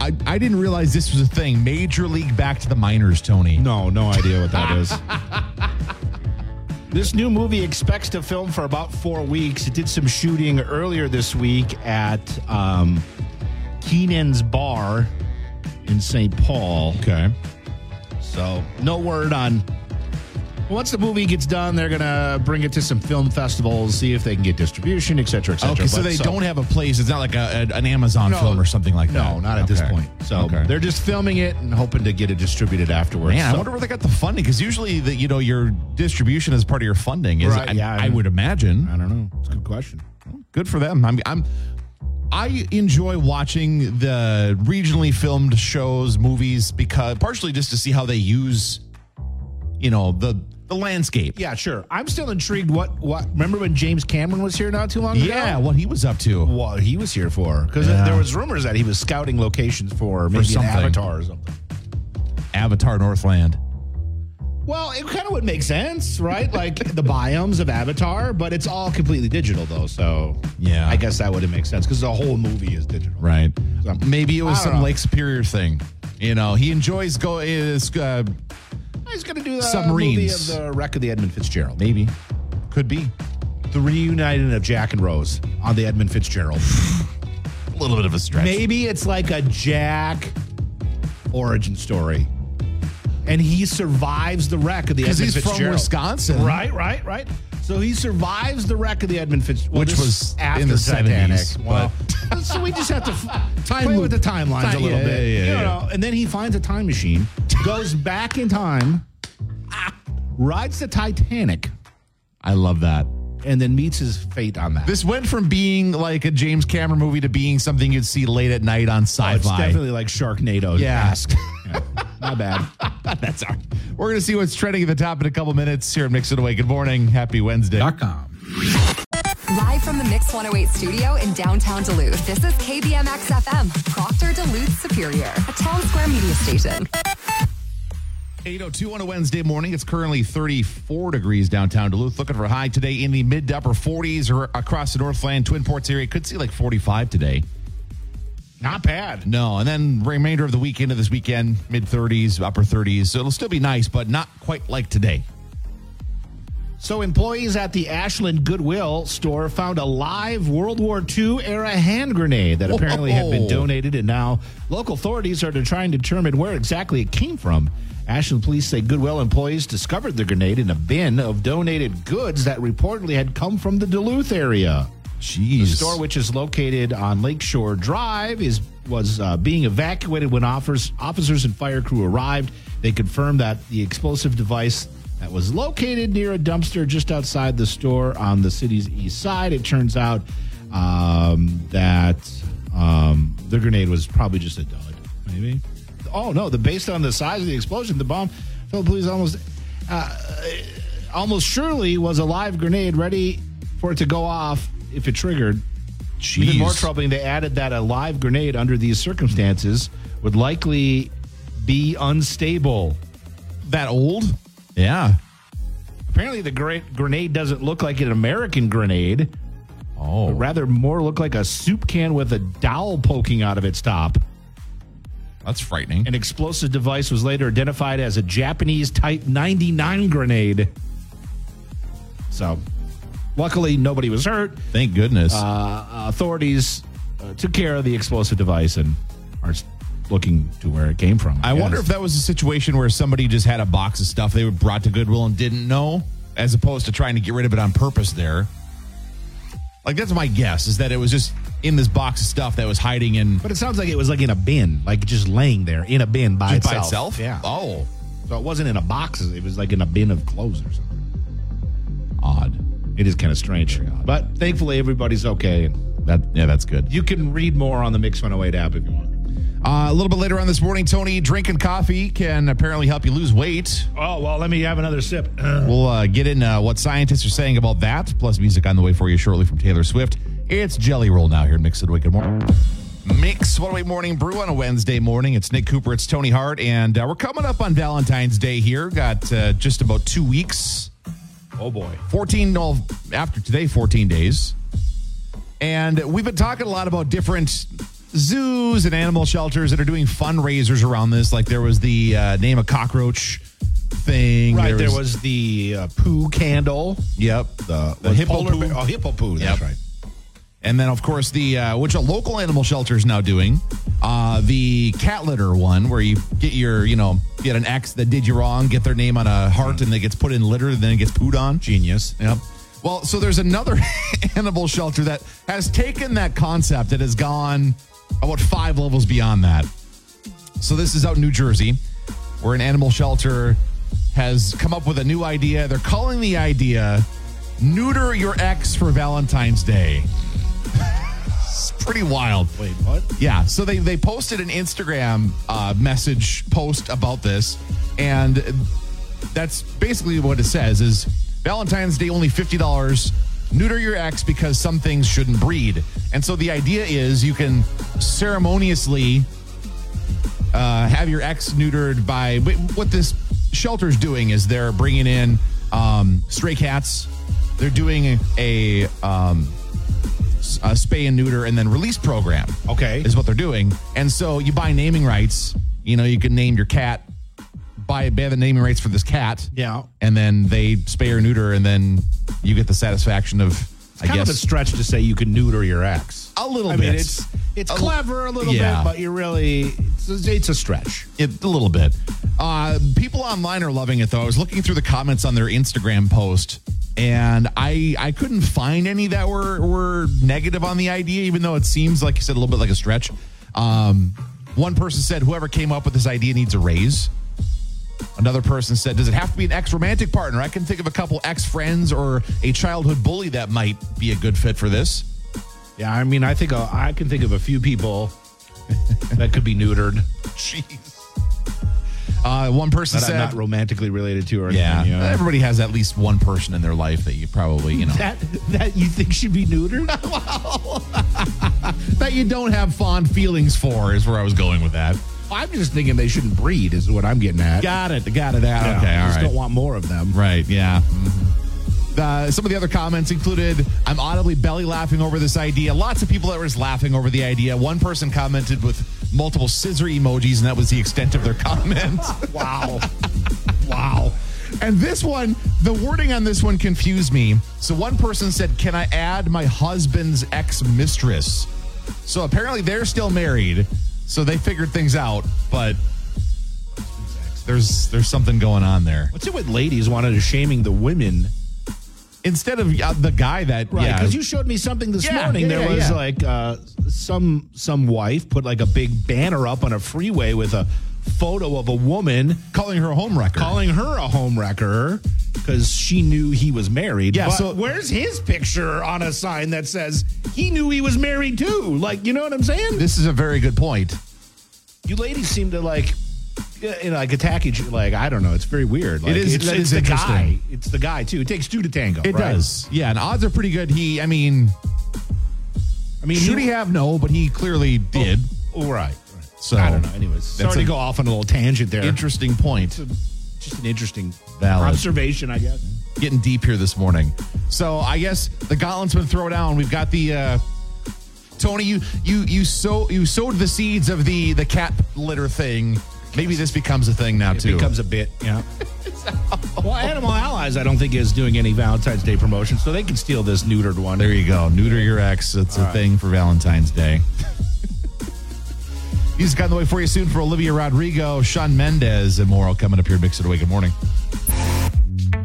Speaker 1: I, I didn't realize this was a thing. Major League Back to the Minors, Tony.
Speaker 2: No, no idea what that is. This new movie expects to film for about four weeks. It did some shooting earlier this week at um, Keenan's Bar in St. Paul.
Speaker 1: Okay.
Speaker 2: So, no word on. Once the movie gets done, they're going to bring it to some film festivals, see if they can get distribution, et cetera, et cetera.
Speaker 1: *laughs* Okay, so
Speaker 2: But-
Speaker 1: they don't have a place. It's not like a, a- an Amazon
Speaker 2: No.
Speaker 1: film or something like that.
Speaker 2: No, not at this
Speaker 1: Okay.
Speaker 2: point. So,
Speaker 1: Okay.
Speaker 2: they're just filming it and hoping to get it distributed afterwards.
Speaker 1: Man, I
Speaker 2: So-
Speaker 1: wonder where they got the funding because usually, the, you know, your distribution is part of your funding. Is
Speaker 2: Right,
Speaker 1: I,
Speaker 2: yeah, I
Speaker 1: I
Speaker 2: know.
Speaker 1: would imagine.
Speaker 2: I don't know. It's a good question.
Speaker 1: Good for them. I'm, I'm, I enjoy watching the regionally filmed shows, movies, because partially just to see how they use, you know, the the landscape.
Speaker 2: Yeah, sure. I'm still intrigued. What? What? Remember when James Cameron was here not too long ago?
Speaker 1: Yeah, what he was up to.
Speaker 2: What he was here for? Because
Speaker 1: Yeah.
Speaker 2: there was rumors that he was scouting locations for maybe an
Speaker 1: something.
Speaker 2: Avatar or something.
Speaker 1: Avatar Northland.
Speaker 2: Well, it kind of would make
Speaker 1: *laughs*
Speaker 2: sense, right? like the biomes of Avatar, but it's all completely digital though. So
Speaker 1: Yeah.
Speaker 2: I guess that wouldn't make sense because the whole movie is digital.
Speaker 1: Right.
Speaker 2: So-
Speaker 1: Maybe it was
Speaker 2: I don't
Speaker 1: some
Speaker 2: know.
Speaker 1: Lake Superior thing. You know, he enjoys go is uh,
Speaker 2: He's gonna do uh, the movie of
Speaker 1: Submarines.
Speaker 2: the wreck of the Edmund Fitzgerald,
Speaker 1: maybe could be
Speaker 2: the reuniting of Jack and Rose on the Edmund
Speaker 1: *laughs*
Speaker 2: Fitzgerald.
Speaker 1: a little bit of a stretch.
Speaker 2: Maybe it's like a Jack origin story. And he survives the wreck of the
Speaker 1: because
Speaker 2: Edmund
Speaker 1: he's
Speaker 2: Fitzgerald.
Speaker 1: from Wisconsin,
Speaker 2: Right, right, right. So he survives the wreck of the Edmund Fitzgerald,
Speaker 1: Which was in the 70s,
Speaker 2: Well, *laughs* so we just have
Speaker 1: *laughs*
Speaker 2: to f- play
Speaker 1: loop.
Speaker 2: with the timelines a
Speaker 1: Time-
Speaker 2: little
Speaker 1: yeah,
Speaker 2: bit,
Speaker 1: yeah, yeah,
Speaker 2: you
Speaker 1: yeah.
Speaker 2: know. And then he finds a time machine, goes back in time, rides the Titanic,
Speaker 1: I love that.
Speaker 2: and then meets his fate on that.
Speaker 1: This went from being like a James Cameron movie to being something you'd see late at night on
Speaker 2: Oh,
Speaker 1: sci-fi.
Speaker 2: it's definitely like Sharknado.
Speaker 1: Yeah.
Speaker 2: *laughs* yeah, my bad.
Speaker 1: *laughs* That's our. We're gonna see what's trending at the top in a couple minutes here at Mix It Away. Good morning, happy Wednesday.
Speaker 5: Live from the Mix 108 studio in downtown Duluth, this is KBMX FM, Proctor Duluth Superior, a town square media station.
Speaker 1: 802 on a Wednesday morning. It's currently 34 degrees downtown Duluth. Looking for a high today in the mid to upper 40s or across the Northland Twin Ports area. Could see like 45 today.
Speaker 2: Not bad.
Speaker 1: No, and then remainder of the weekend of this weekend, mid 30s, upper 30s. So it'll still be nice, but not quite like today.
Speaker 2: So, employees at the Ashland Goodwill store found a live World War II era hand grenade that apparently had been
Speaker 1: Whoa.
Speaker 2: donated, and now local authorities are to try and determine where exactly it came from. Ashland police say Goodwill employees discovered the grenade in a bin of donated goods that reportedly had come from the Duluth area.
Speaker 1: Jeez.
Speaker 2: The store, which is located on Lakeshore Drive, is was uh, being evacuated when offers, officers and fire crew arrived. They confirmed that the explosive device that was located near a dumpster just outside the store on the city's east side. It turns out um, that um, the grenade was probably just a dud, maybe. Oh no! The based on the size of the explosion, the bomb told police almost uh, almost surely was a live grenade ready for it to go off if it triggered. Even more
Speaker 1: Jeez.
Speaker 2: troubling, they added that a live grenade under these circumstances would likely be unstable.
Speaker 1: that old? Yeah.
Speaker 2: Apparently, the great grenade doesn't look like an American grenade,
Speaker 1: Oh.
Speaker 2: rather, more look like a soup can with a dowel poking out of its top.
Speaker 1: That's frightening.
Speaker 2: An explosive device was later identified as a Japanese Type 99 grenade. So, luckily, nobody was hurt.
Speaker 1: Thank goodness.
Speaker 2: uh, authorities uh, took care of the explosive device and are s- looking to where it came from.
Speaker 1: I wonder if that was a situation where somebody just had a box of stuff they were brought to Goodwill and didn't know, as opposed to trying to get rid of it on purpose there. Like that's my guess is that it was just in this box of stuff that was hiding in
Speaker 2: But it sounds like it was like in a bin, like just laying there in a bin by
Speaker 1: just
Speaker 2: itself.
Speaker 1: by itself.
Speaker 2: Yeah.
Speaker 1: Oh,
Speaker 2: So it wasn't in a box. It was like in a bin of clothes or something.
Speaker 1: odd.
Speaker 2: It is kind of strange. But thankfully, everybody's okay.
Speaker 1: That yeah, that's good.
Speaker 2: You can read more on the Mix 108 app if you want.
Speaker 1: Uh, a little bit later on this morning, Tony, drinking coffee can apparently help you lose weight.
Speaker 2: Oh, well, let me have another sip. *clears throat*
Speaker 1: We'll uh, get in uh, what scientists are saying about that, plus music on the way for you shortly from Taylor Swift. It's Jelly Roll now here at Mix It Away. Good morning. Mix One Way Morning Brew on a Wednesday morning. It's Nick Cooper, it's Tony Hart, and uh, we're coming up on Valentine's Day here. Got uh, just about two weeks.
Speaker 2: oh, boy.
Speaker 1: 14, no, after today, 14 days. And we've been talking a lot about different zoos and animal shelters that are doing fundraisers around this. Like there was the uh, name a cockroach thing.
Speaker 2: Right. There was the uh, poo candle.
Speaker 1: Yep. The, the hippo
Speaker 2: polar
Speaker 1: poo.
Speaker 2: bear- Oh, hippo poo. That's
Speaker 1: Yep.
Speaker 2: right.
Speaker 1: And then, of course, the uh, which a local animal shelter is now doing uh, the cat litter one, where you get your, you know, get an ex that did you wrong, get their name on a heart, and it gets put in litter, and then it gets pooed on. Genius. Yep. Well, so there's another *laughs* animal shelter that has taken that concept that has gone about five levels beyond that. So this is out in New Jersey, where an animal shelter has come up with a new idea. They're calling the idea "Neuter Your Ex for Valentine's Day." *laughs* it's pretty wild.
Speaker 2: Wait, what?
Speaker 1: Yeah. So they they posted an Instagram uh, message post about this, and that's basically what it says: is Valentine's Day only fifty dollars. Neuter your ex because some things shouldn't breed. And so the idea is you can ceremoniously uh, have your ex neutered by but what this shelter's doing is they're bringing in um, stray cats. They're doing a, um, s- a spay and neuter and then release program.
Speaker 2: Okay.
Speaker 1: is what they're doing. And so you buy naming rights. You know, you can name your cat buy buy the naming rights for this cat.
Speaker 2: Yeah.
Speaker 1: and then they spay or neuter, and then you get the satisfaction of I
Speaker 2: kind
Speaker 1: guess
Speaker 2: of a stretch to say you can neuter your ex.
Speaker 1: A little
Speaker 2: I
Speaker 1: bit.
Speaker 2: mean, it's it's
Speaker 1: A l-
Speaker 2: clever a little
Speaker 1: Yeah.
Speaker 2: bit, but you're really it's, it's a stretch.
Speaker 1: it, a little bit. Uh, people online are loving it though. I was looking through the comments on their Instagram post, and I I couldn't find any that were were negative on the idea, even though it seems like you said a little bit like a stretch. Um, one person said, "Whoever came up with this idea needs a raise." Another person said, "Does it have to be an ex romantic partner? I can think of a couple ex friends or a childhood bully that might be a good fit for this." *laughs*
Speaker 2: Yeah, I mean, I think uh, I can think of a
Speaker 1: *laughs*
Speaker 2: few people that could be neutered
Speaker 1: Jeez. Uh, one person
Speaker 2: that I'm
Speaker 1: said,
Speaker 2: not romantically related to or anything.
Speaker 1: Yeah.
Speaker 2: you know?
Speaker 1: Everybody has at least one person in their life that you probably, you know.
Speaker 2: that that you think should be *laughs* neutered?
Speaker 1: that you don't have fond feelings for is where I was going with that.
Speaker 2: I'm just thinking they shouldn't breed. Is what I'm getting at.
Speaker 1: Got it. Got it. Out.
Speaker 2: Yeah,
Speaker 1: okay.
Speaker 2: I
Speaker 1: All
Speaker 2: just
Speaker 1: right.
Speaker 2: Don't want more of them.
Speaker 1: right. Yeah. Mhm. Uh, some of the other comments included, I'm audibly belly laughing over this idea. Lots of people that were just laughing over the idea. One person commented with *laughs* multiple scissor emojis, and that was the extent of their comment.
Speaker 2: Wow. wow.
Speaker 1: And this one, the wording on this one confused me. So one person said, Can I add my husband's ex mistress? So apparently they're still married. So they figured things out, but there's there's something going on there.
Speaker 2: What's it with ladies wanted to shaming the women?
Speaker 1: Instead of uh, the guy that
Speaker 2: Right,
Speaker 1: yeah,
Speaker 2: because you showed me something this
Speaker 1: Yeah,
Speaker 2: morning.
Speaker 1: yeah,
Speaker 2: there
Speaker 1: yeah,
Speaker 2: was
Speaker 1: yeah.
Speaker 2: like uh, some some wife put like a big banner up on a freeway with a photo of a woman
Speaker 1: calling her a homewrecker.
Speaker 2: calling her a homewrecker because she knew he was married.
Speaker 1: Yeah,
Speaker 2: But
Speaker 1: so-
Speaker 2: where's his picture on a sign that says he knew he was married too? Like, you know what I'm saying?
Speaker 1: this is a very good point.
Speaker 2: you ladies seem to like, you know, like attack each. Like, I don't know. It's very weird. Like,
Speaker 1: is-
Speaker 2: It's,
Speaker 1: that is
Speaker 2: it's the guy.
Speaker 1: interesting.
Speaker 2: It's the guy too. It takes two to tango.
Speaker 1: It
Speaker 2: right?
Speaker 1: does. Yeah, and odds are pretty good. He, I mean,
Speaker 2: I mean,
Speaker 1: should
Speaker 2: you-
Speaker 1: he have no? But he clearly did.
Speaker 2: Oh, right.
Speaker 1: So
Speaker 2: I don't know. Anyways,
Speaker 1: that's
Speaker 2: sorry
Speaker 1: an
Speaker 2: to go off on a little tangent there.
Speaker 1: interesting point.
Speaker 2: Just an interesting
Speaker 1: Valid.
Speaker 2: observation, I guess.
Speaker 1: Getting deep here this morning. So I guess the gauntlet's been thrown down. We've got the uh, Tony. You you you sow you sowed the seeds of the the cat litter thing. Maybe this becomes a thing now too.
Speaker 2: becomes a bit, yeah. well, Animal Allies, I don't think is doing any Valentine's Day promotion, so they can steal this neutered one.
Speaker 1: There you go. Neuter your ex. It's a thing for Valentine's
Speaker 2: *laughs*
Speaker 1: Day. Music on the way for you soon for Olivia Rodrigo, Sean Mendez, and more. All coming up here. Mix it away. Good morning.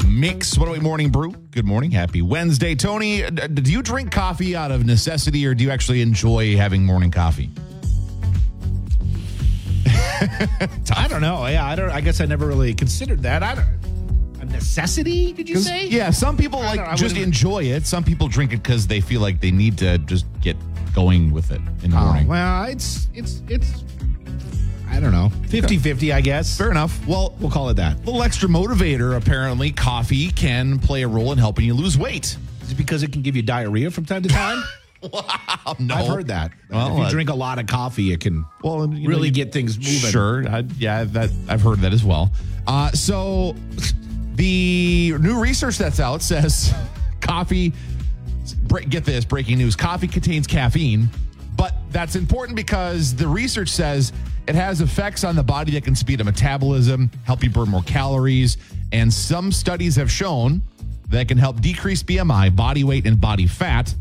Speaker 1: Mix what away morning brew. Good morning. Happy Wednesday, Tony. d- d- Do you drink coffee out of necessity, or do you actually enjoy having morning coffee?
Speaker 2: I don't know. Yeah, I don't. I guess I never really considered that. I don't. A necessity? Did you
Speaker 1: 'Cause,
Speaker 2: say?
Speaker 1: yeah, some people
Speaker 2: I
Speaker 1: like
Speaker 2: don't know, I
Speaker 1: just
Speaker 2: wouldn't-
Speaker 1: enjoy it. Some people drink it because they feel like they need to just get going with it in the
Speaker 2: Oh,
Speaker 1: morning.
Speaker 2: well, it's it's it's. I don't know. 50-50, I guess.
Speaker 1: Fair enough. Well,
Speaker 2: We'll call it that.
Speaker 1: little extra motivator apparently coffee can play a role in helping you lose weight
Speaker 2: Is it because it can give you diarrhea from time to time? Oh.
Speaker 1: wow no
Speaker 2: *laughs* I've heard that.
Speaker 1: Well,
Speaker 2: if you
Speaker 1: uh,
Speaker 2: drink a lot of coffee, it can
Speaker 1: well you know,
Speaker 2: really
Speaker 1: you-
Speaker 2: get things moving.
Speaker 1: sure I, yeah that i've heard that as well uh, so *laughs* the new research that's out says *laughs* coffee break, get this breaking news coffee contains caffeine but that's important because the research says it has effects on the body that can speed up metabolism help you burn more calories and some studies have shown that it can help decrease bmi body weight and body fat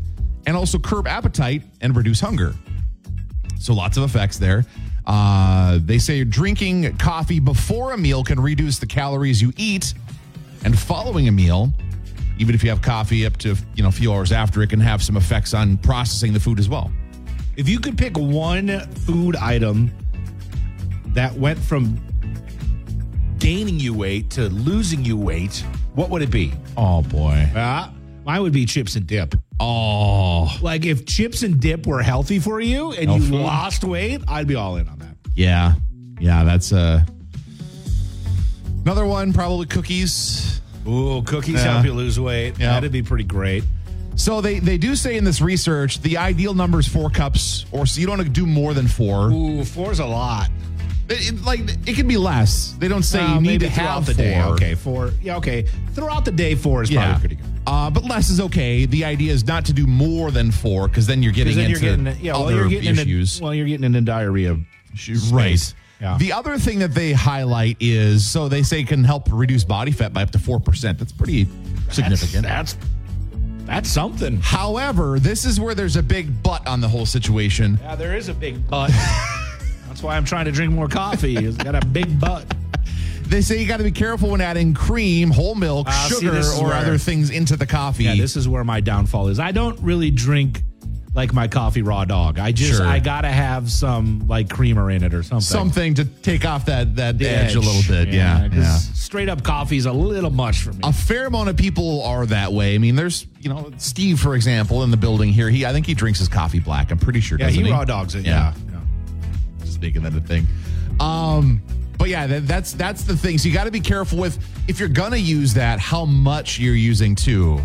Speaker 1: and also curb appetite and reduce hunger so lots of effects there. Uh, they say drinking coffee before a meal can reduce the calories you eat, and following a meal, even if you have coffee up to you know a few hours after, it can have some effects on processing the food as well.
Speaker 2: If you could pick one food item that went from gaining you weight to losing you weight, what would it be?
Speaker 1: Oh boy!
Speaker 2: Uh, mine would be chips and dip.
Speaker 1: Oh
Speaker 2: Like if chips and dip were healthy for you and you
Speaker 1: Healthy.
Speaker 2: lost weight, I'd be all in on that.
Speaker 1: yeah, yeah. That's uh, another one. Probably cookies.
Speaker 2: Ooh, cookies
Speaker 1: Yeah.
Speaker 2: help you lose weight.
Speaker 1: Yeah.
Speaker 2: That'd be pretty great.
Speaker 1: So they they do say in this research the ideal number is four cups, or so you don't do more than four.
Speaker 2: Ooh, four's a lot.
Speaker 1: It, it- like it can be less. They don't say
Speaker 2: Well,
Speaker 1: you need
Speaker 2: maybe
Speaker 1: to have
Speaker 2: throughout the day.
Speaker 1: four.
Speaker 2: Okay, four. Yeah, okay. Throughout the day, four is
Speaker 1: Yeah.
Speaker 2: probably pretty good.
Speaker 1: Uh, but less is okay. The idea is not to do more than four because then you're getting
Speaker 2: Because then
Speaker 1: into
Speaker 2: you're getting yeah,
Speaker 1: other
Speaker 2: well, you're getting
Speaker 1: issues.
Speaker 2: Into, well, you're getting into diarrhea. space.
Speaker 1: right.
Speaker 2: Yeah.
Speaker 1: The other thing that they highlight is so they say it can help reduce body fat by up to 4%. That's pretty significant.
Speaker 2: That's that's something.
Speaker 1: However, this is where there's a big but on the whole situation.
Speaker 2: Yeah, there is a big butt.
Speaker 1: *laughs*
Speaker 2: that's why I'm trying to drink more coffee. It's got a big butt.
Speaker 1: They say you got to be careful when adding cream, whole milk,
Speaker 2: Ah, see,
Speaker 1: sugar,
Speaker 2: this is
Speaker 1: or
Speaker 2: where-
Speaker 1: other things into the coffee.
Speaker 2: Yeah, this is where my downfall is. I don't really drink like my coffee raw dog. I just
Speaker 1: Sure.
Speaker 2: I gotta have some like creamer in it or something.
Speaker 1: something to take off that, that edge. a little bit. Yeah.
Speaker 2: 'cause
Speaker 1: yeah.
Speaker 2: Straight up coffee is a little much for me.
Speaker 1: a fair amount of people are that way. I mean, there's you know Steve, for example, in the building here. He I think he drinks his coffee black. I'm pretty sure.
Speaker 2: yeah,
Speaker 1: doesn't
Speaker 2: he
Speaker 1: he
Speaker 2: raw dogs it.
Speaker 1: Yeah.
Speaker 2: yeah.
Speaker 1: Just making that a thing. Um, but yeah, that, that's that's the thing. So you got to be careful with if you're gonna use that, how much you're using too.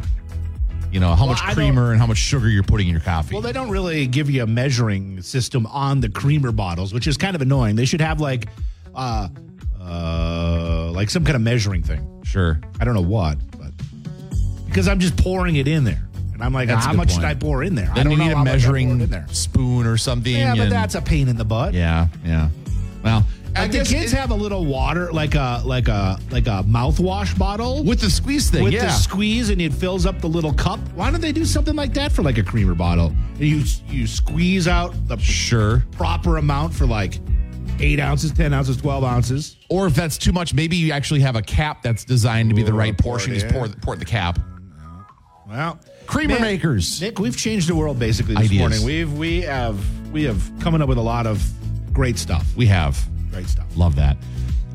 Speaker 1: You know, how much
Speaker 2: I don't-
Speaker 1: creamer and how much sugar you're putting in your coffee.
Speaker 2: Well, they don't really give you a measuring system on the creamer bottles, which is kind of annoying. They should have like, uh, uh, like some kind of measuring thing.
Speaker 1: sure.
Speaker 2: I don't know what, but because I'm just pouring it in there, and I'm like,
Speaker 1: That's a
Speaker 2: how
Speaker 1: good
Speaker 2: much
Speaker 1: point.
Speaker 2: did I pour in there? I
Speaker 1: Then
Speaker 2: don't
Speaker 1: you need
Speaker 2: know
Speaker 1: a
Speaker 2: how much I poured
Speaker 1: measuring
Speaker 2: in there.
Speaker 1: spoon or something.
Speaker 2: Yeah, but
Speaker 1: and-
Speaker 2: that's a pain in the butt.
Speaker 1: Yeah, yeah. Well, I
Speaker 2: Like the
Speaker 1: guess
Speaker 2: kids
Speaker 1: it-
Speaker 2: have a little water, like a like a like a mouthwash bottle
Speaker 1: with the squeeze thing.
Speaker 2: with
Speaker 1: yeah.
Speaker 2: the squeeze, and it fills up the little cup. Why don't they do something like that for like a creamer bottle? You you squeeze out the
Speaker 1: sure.
Speaker 2: proper amount for like eight ounces, ten ounces, twelve ounces.
Speaker 1: Or if that's too much, maybe you actually have a cap that's designed to be the
Speaker 2: Ooh,
Speaker 1: right
Speaker 2: pour
Speaker 1: portion.
Speaker 2: it
Speaker 1: Just pour
Speaker 2: in.
Speaker 1: pour the cap.
Speaker 2: Well,
Speaker 1: Creamer
Speaker 2: Nick-
Speaker 1: makers.
Speaker 2: Nick, we've changed the world basically this
Speaker 1: Ideas.
Speaker 2: morning. We've we have we have coming up with a lot of great stuff.
Speaker 1: We have.
Speaker 2: Great stuff.
Speaker 1: Love that.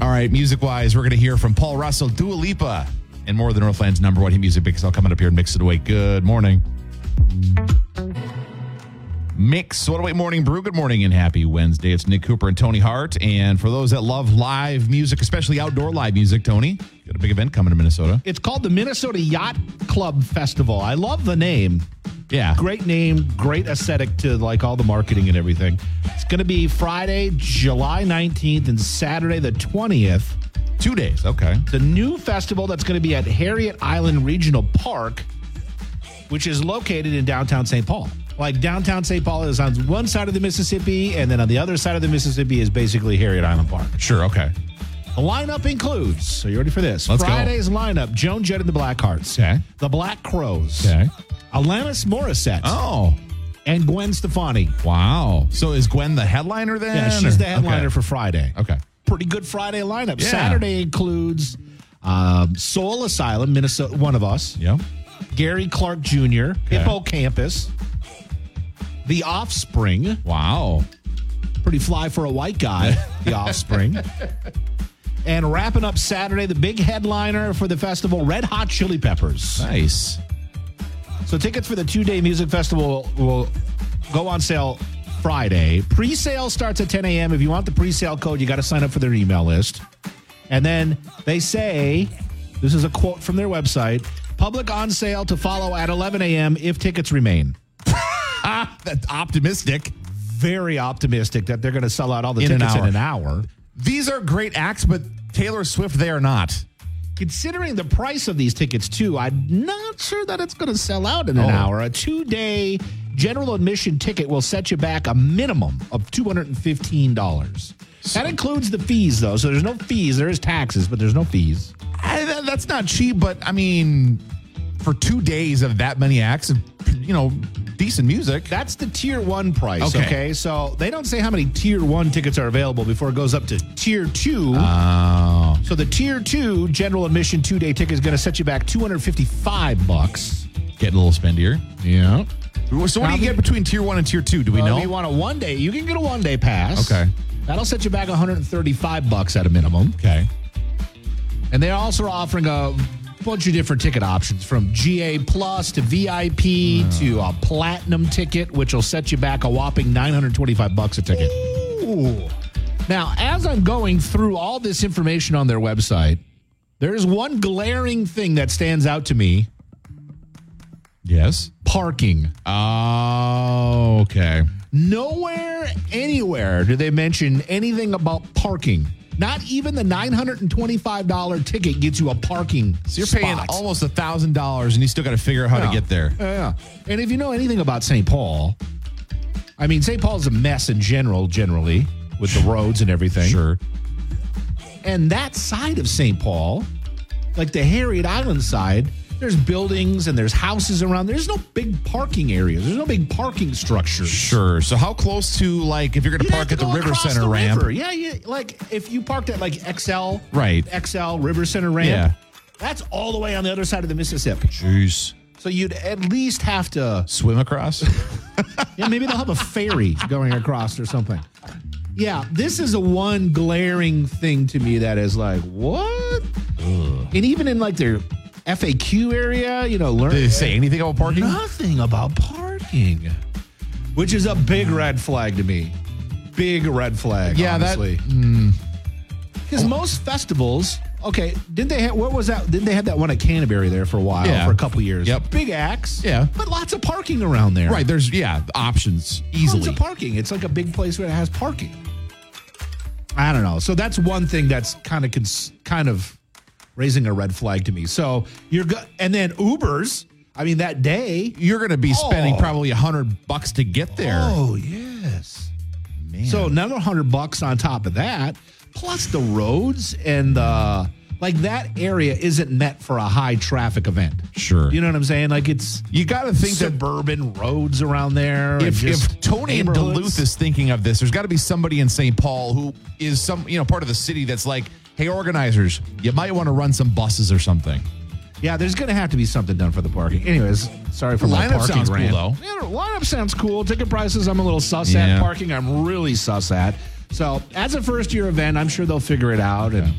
Speaker 1: All right, music wise, we're going to hear from Paul Russell, Dua Lipa, and more of the Northland's number one hit music mix. I'll coming up here and mix it away. Good morning. Mix. What a wait morning, brew. Good morning and happy Wednesday. It's Nick Cooper and Tony Hart. And for those that love live music, especially outdoor live music, Tony, got a big event coming to Minnesota.
Speaker 2: It's called the Minnesota Yacht Club Festival. I love the name.
Speaker 1: Yeah.
Speaker 2: Great name, great aesthetic to like all the marketing and everything. It's going to be Friday, July 19th and Saturday the 20th.
Speaker 1: Two days. Okay.
Speaker 2: The new festival that's going to be at Harriet Island Regional Park, which is located in downtown St. Paul. Like downtown St. Paul is on one side of the Mississippi, and then on the other side of the Mississippi is basically Harriet Island Park.
Speaker 1: Sure. Okay.
Speaker 2: The lineup includes, so you ready for this?
Speaker 1: Let's go.
Speaker 2: Friday's lineup Joan Jett and the Blackhearts,
Speaker 1: Okay.
Speaker 2: the Black Crows,
Speaker 1: Okay.
Speaker 2: Alanis Morissette,
Speaker 1: Oh,
Speaker 2: and Gwen Stefani.
Speaker 1: wow. So is Gwen the headliner then?
Speaker 2: Yeah, she's the
Speaker 1: or-
Speaker 2: headliner
Speaker 1: okay.
Speaker 2: for Friday.
Speaker 1: Okay.
Speaker 2: Pretty good Friday lineup.
Speaker 1: Yeah.
Speaker 2: Saturday includes um, Soul Asylum, Minnesota, one of us,
Speaker 1: Yep.
Speaker 2: Gary Clark Jr., Hippo Campus, The Offspring,
Speaker 1: Wow.
Speaker 2: pretty fly for a
Speaker 1: *laughs*
Speaker 2: white guy, The Offspring. And wrapping up Saturday, the big headliner for the festival, Red Hot Chili Peppers.
Speaker 1: Nice.
Speaker 2: So tickets for the two day music festival will, will go on sale Friday. Pre sale starts at 10 a.m. If you want the pre sale code, you got to sign up for their email list. And then they say this is a quote from their website public on sale to follow at 11 a.m. if tickets remain.
Speaker 1: Ah, That's optimistic.
Speaker 2: Very optimistic that they're going to sell out all the
Speaker 1: In an
Speaker 2: tickets in
Speaker 1: hour.
Speaker 2: an hour.
Speaker 1: These are great acts, but Taylor Swift, they are not.
Speaker 2: Considering the price of these tickets, too, I'm not sure that it's going to sell out in an
Speaker 1: Oh.
Speaker 2: hour. A two day general admission ticket will set you back a minimum of $215. that includes the fees, though. So there's no fees. There is taxes, but there's no fees.
Speaker 1: I, that- that's not cheap, but I mean, for two days of that many acts of, you know, decent music.
Speaker 2: That's the tier one price.
Speaker 1: Okay.
Speaker 2: Okay. So they don't say how many tier one tickets are available before it goes up to tier two.
Speaker 1: Oh,
Speaker 2: so the tier two general admission two day ticket is going to set you back 255 bucks.
Speaker 1: getting a little spendier.
Speaker 2: Yeah.
Speaker 1: So, what do you get between tier one and tier two? Do we
Speaker 2: Well,
Speaker 1: know?
Speaker 2: If you want a one day, you can get a one day pass.
Speaker 1: Okay.
Speaker 2: That'll set you back 135 bucks at a minimum.
Speaker 1: okay.
Speaker 2: And they're also offering a bunch of different ticket options from GA Plus to VIP
Speaker 1: Uh.
Speaker 2: to a platinum ticket, which will set you back a whopping 925 bucks a ticket. Now, as I'm going through all this information on their website, there's one glaring thing that stands out to me
Speaker 1: Yes.
Speaker 2: parking.
Speaker 1: Oh, okay.
Speaker 2: Nowhere, anywhere do they mention anything about parking. Not even the $925 ticket gets you a parking.
Speaker 1: So you're
Speaker 2: spot.
Speaker 1: paying almost a thousand dollars, and you still got to figure out how to
Speaker 2: Yeah. Uh,
Speaker 1: get there.
Speaker 2: Yeah. And if you know anything about St. Paul, I mean, St. Paul's a mess in general, generally, with the roads and everything.
Speaker 1: Sure.
Speaker 2: And that side of St. Paul, like the Harriet Island side, there's buildings and there's houses around. There's no big parking areas. There's no big parking structures.
Speaker 1: Sure. So, how close to like if you're going to
Speaker 2: You'd
Speaker 1: park
Speaker 2: have to
Speaker 1: at the
Speaker 2: go
Speaker 1: River
Speaker 2: across
Speaker 1: Center
Speaker 2: the
Speaker 1: ramp?
Speaker 2: river. Yeah, you, like if you parked at like XL,
Speaker 1: Right.
Speaker 2: XL River Center ramp.
Speaker 1: Yeah.
Speaker 2: That's all the way on the other side of the Mississippi.
Speaker 1: Jeez.
Speaker 2: So you'd at least have to,
Speaker 1: Swim
Speaker 2: *laughs*
Speaker 1: across?
Speaker 2: yeah, maybe they'll have a ferry going across or something. Yeah, this is the one glaring thing to me that is like, what? And even in like their FAQ area, you know, learn
Speaker 1: Did they say anything about parking?
Speaker 2: nothing about parking, which is a big red flag to me. Big red flag.
Speaker 1: Yeah, that- mm.
Speaker 2: honestly. because most festivals. Okay, didn't they? Have, what was that? Didn't they have that one at Canterbury there for a while
Speaker 1: Yeah.
Speaker 2: for a couple years?
Speaker 1: Yep.
Speaker 2: Big acts.
Speaker 1: Yeah.
Speaker 2: but lots of parking around there.
Speaker 1: Right. There's yeah options
Speaker 2: tons
Speaker 1: easily.
Speaker 2: of parking. It's like a big place where it has parking. I don't know. So that's one thing that's kind of cons- kind of raising a red flag to me. So you're go- and then Ubers. I mean, that day
Speaker 1: You're going to be spending
Speaker 2: Oh.
Speaker 1: probably a hundred bucks to get there.
Speaker 2: Oh yes. So another hundred bucks on top of that. Plus, the roads and the like that area isn't meant for a high traffic event.
Speaker 1: Sure.
Speaker 2: you know what I'm saying? Like it's
Speaker 1: You got to think that
Speaker 2: suburban roads around there. and
Speaker 1: if,
Speaker 2: just
Speaker 1: if Tony in
Speaker 2: neighborhoods.
Speaker 1: Duluth is thinking of this, there's got to be somebody in St. Paul who is some, you know, part of the city that's like, hey, organizers, you might want to run some buses or something.
Speaker 2: yeah, there's gonna have to be something done for the parking. Anyways, sorry for my
Speaker 1: Lineup
Speaker 2: parking
Speaker 1: sounds cool,
Speaker 2: rant.
Speaker 1: though.
Speaker 2: Yeah, lineup sounds cool. Ticket prices, I'm a little sus
Speaker 1: Yeah.
Speaker 2: at. Parking, I'm really sus at. So as a first year event, I'm sure they'll figure it out. And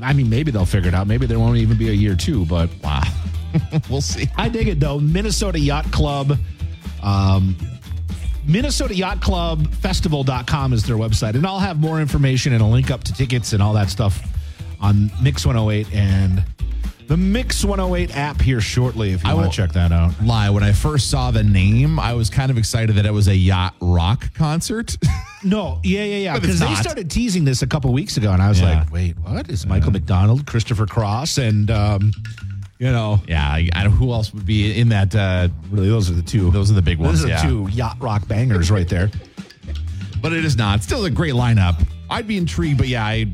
Speaker 2: I mean, maybe they'll figure it out. Maybe there won't even be a year two. But
Speaker 1: Wow. *laughs* we'll see.
Speaker 2: I dig it though. Minnesota Yacht Club. Um, Minnesota Yacht Club Festival.com is their website. And I'll have more information and a link up to tickets and all that stuff on Mix 108 and the Mix 108 app here shortly if you
Speaker 1: I
Speaker 2: want
Speaker 1: will-
Speaker 2: to check that out.
Speaker 1: Lie, when I first saw the name, I was kind of excited that it was a yacht rock concert. *laughs*
Speaker 2: No, yeah, yeah, yeah.
Speaker 1: But it's
Speaker 2: Because they
Speaker 1: not.
Speaker 2: started teasing this a couple weeks ago, and I was
Speaker 1: Yeah.
Speaker 2: like, "Wait, what is Michael McDonald, Christopher Cross, and um, you know,
Speaker 1: yeah, I, I don't who else would be in that uh
Speaker 2: really those are the two.
Speaker 1: those are the big ones.
Speaker 2: Those are the
Speaker 1: yeah.
Speaker 2: two yacht rock bangers right there."
Speaker 1: But it is not. Still a great lineup. I'd be intrigued, but yeah, I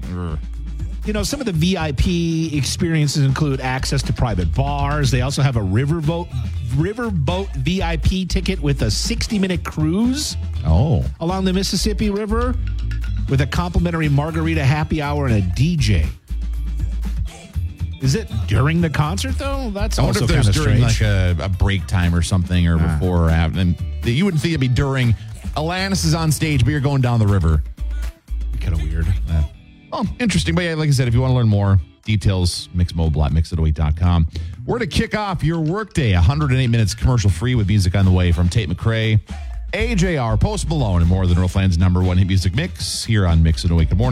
Speaker 2: you know, some of the VIP experiences include access to private bars. They also have a riverboat riverboat VIP ticket with a 60-minute cruise
Speaker 1: Oh.
Speaker 2: along the Mississippi River with a complimentary margarita happy hour and a DJ. Is it during the concert though? That's
Speaker 1: I wonder
Speaker 2: also
Speaker 1: if
Speaker 2: kind
Speaker 1: there's
Speaker 2: of
Speaker 1: during
Speaker 2: strange.
Speaker 1: like a, a break time or something or before or after. And you wouldn't think it'd be during Alanis is on stage, but you're going down the river.
Speaker 2: kind of weird.
Speaker 1: Uh, oh, interesting. But yeah, like I said, if you want to learn more details, mixmobile at mixit08.com. We're to kick off your workday 108 minutes commercial free with music on the way from Tate McRae, AJR, Post Malone, and more of the Northland's number one hit music mix here on Mix It Away. Good morning.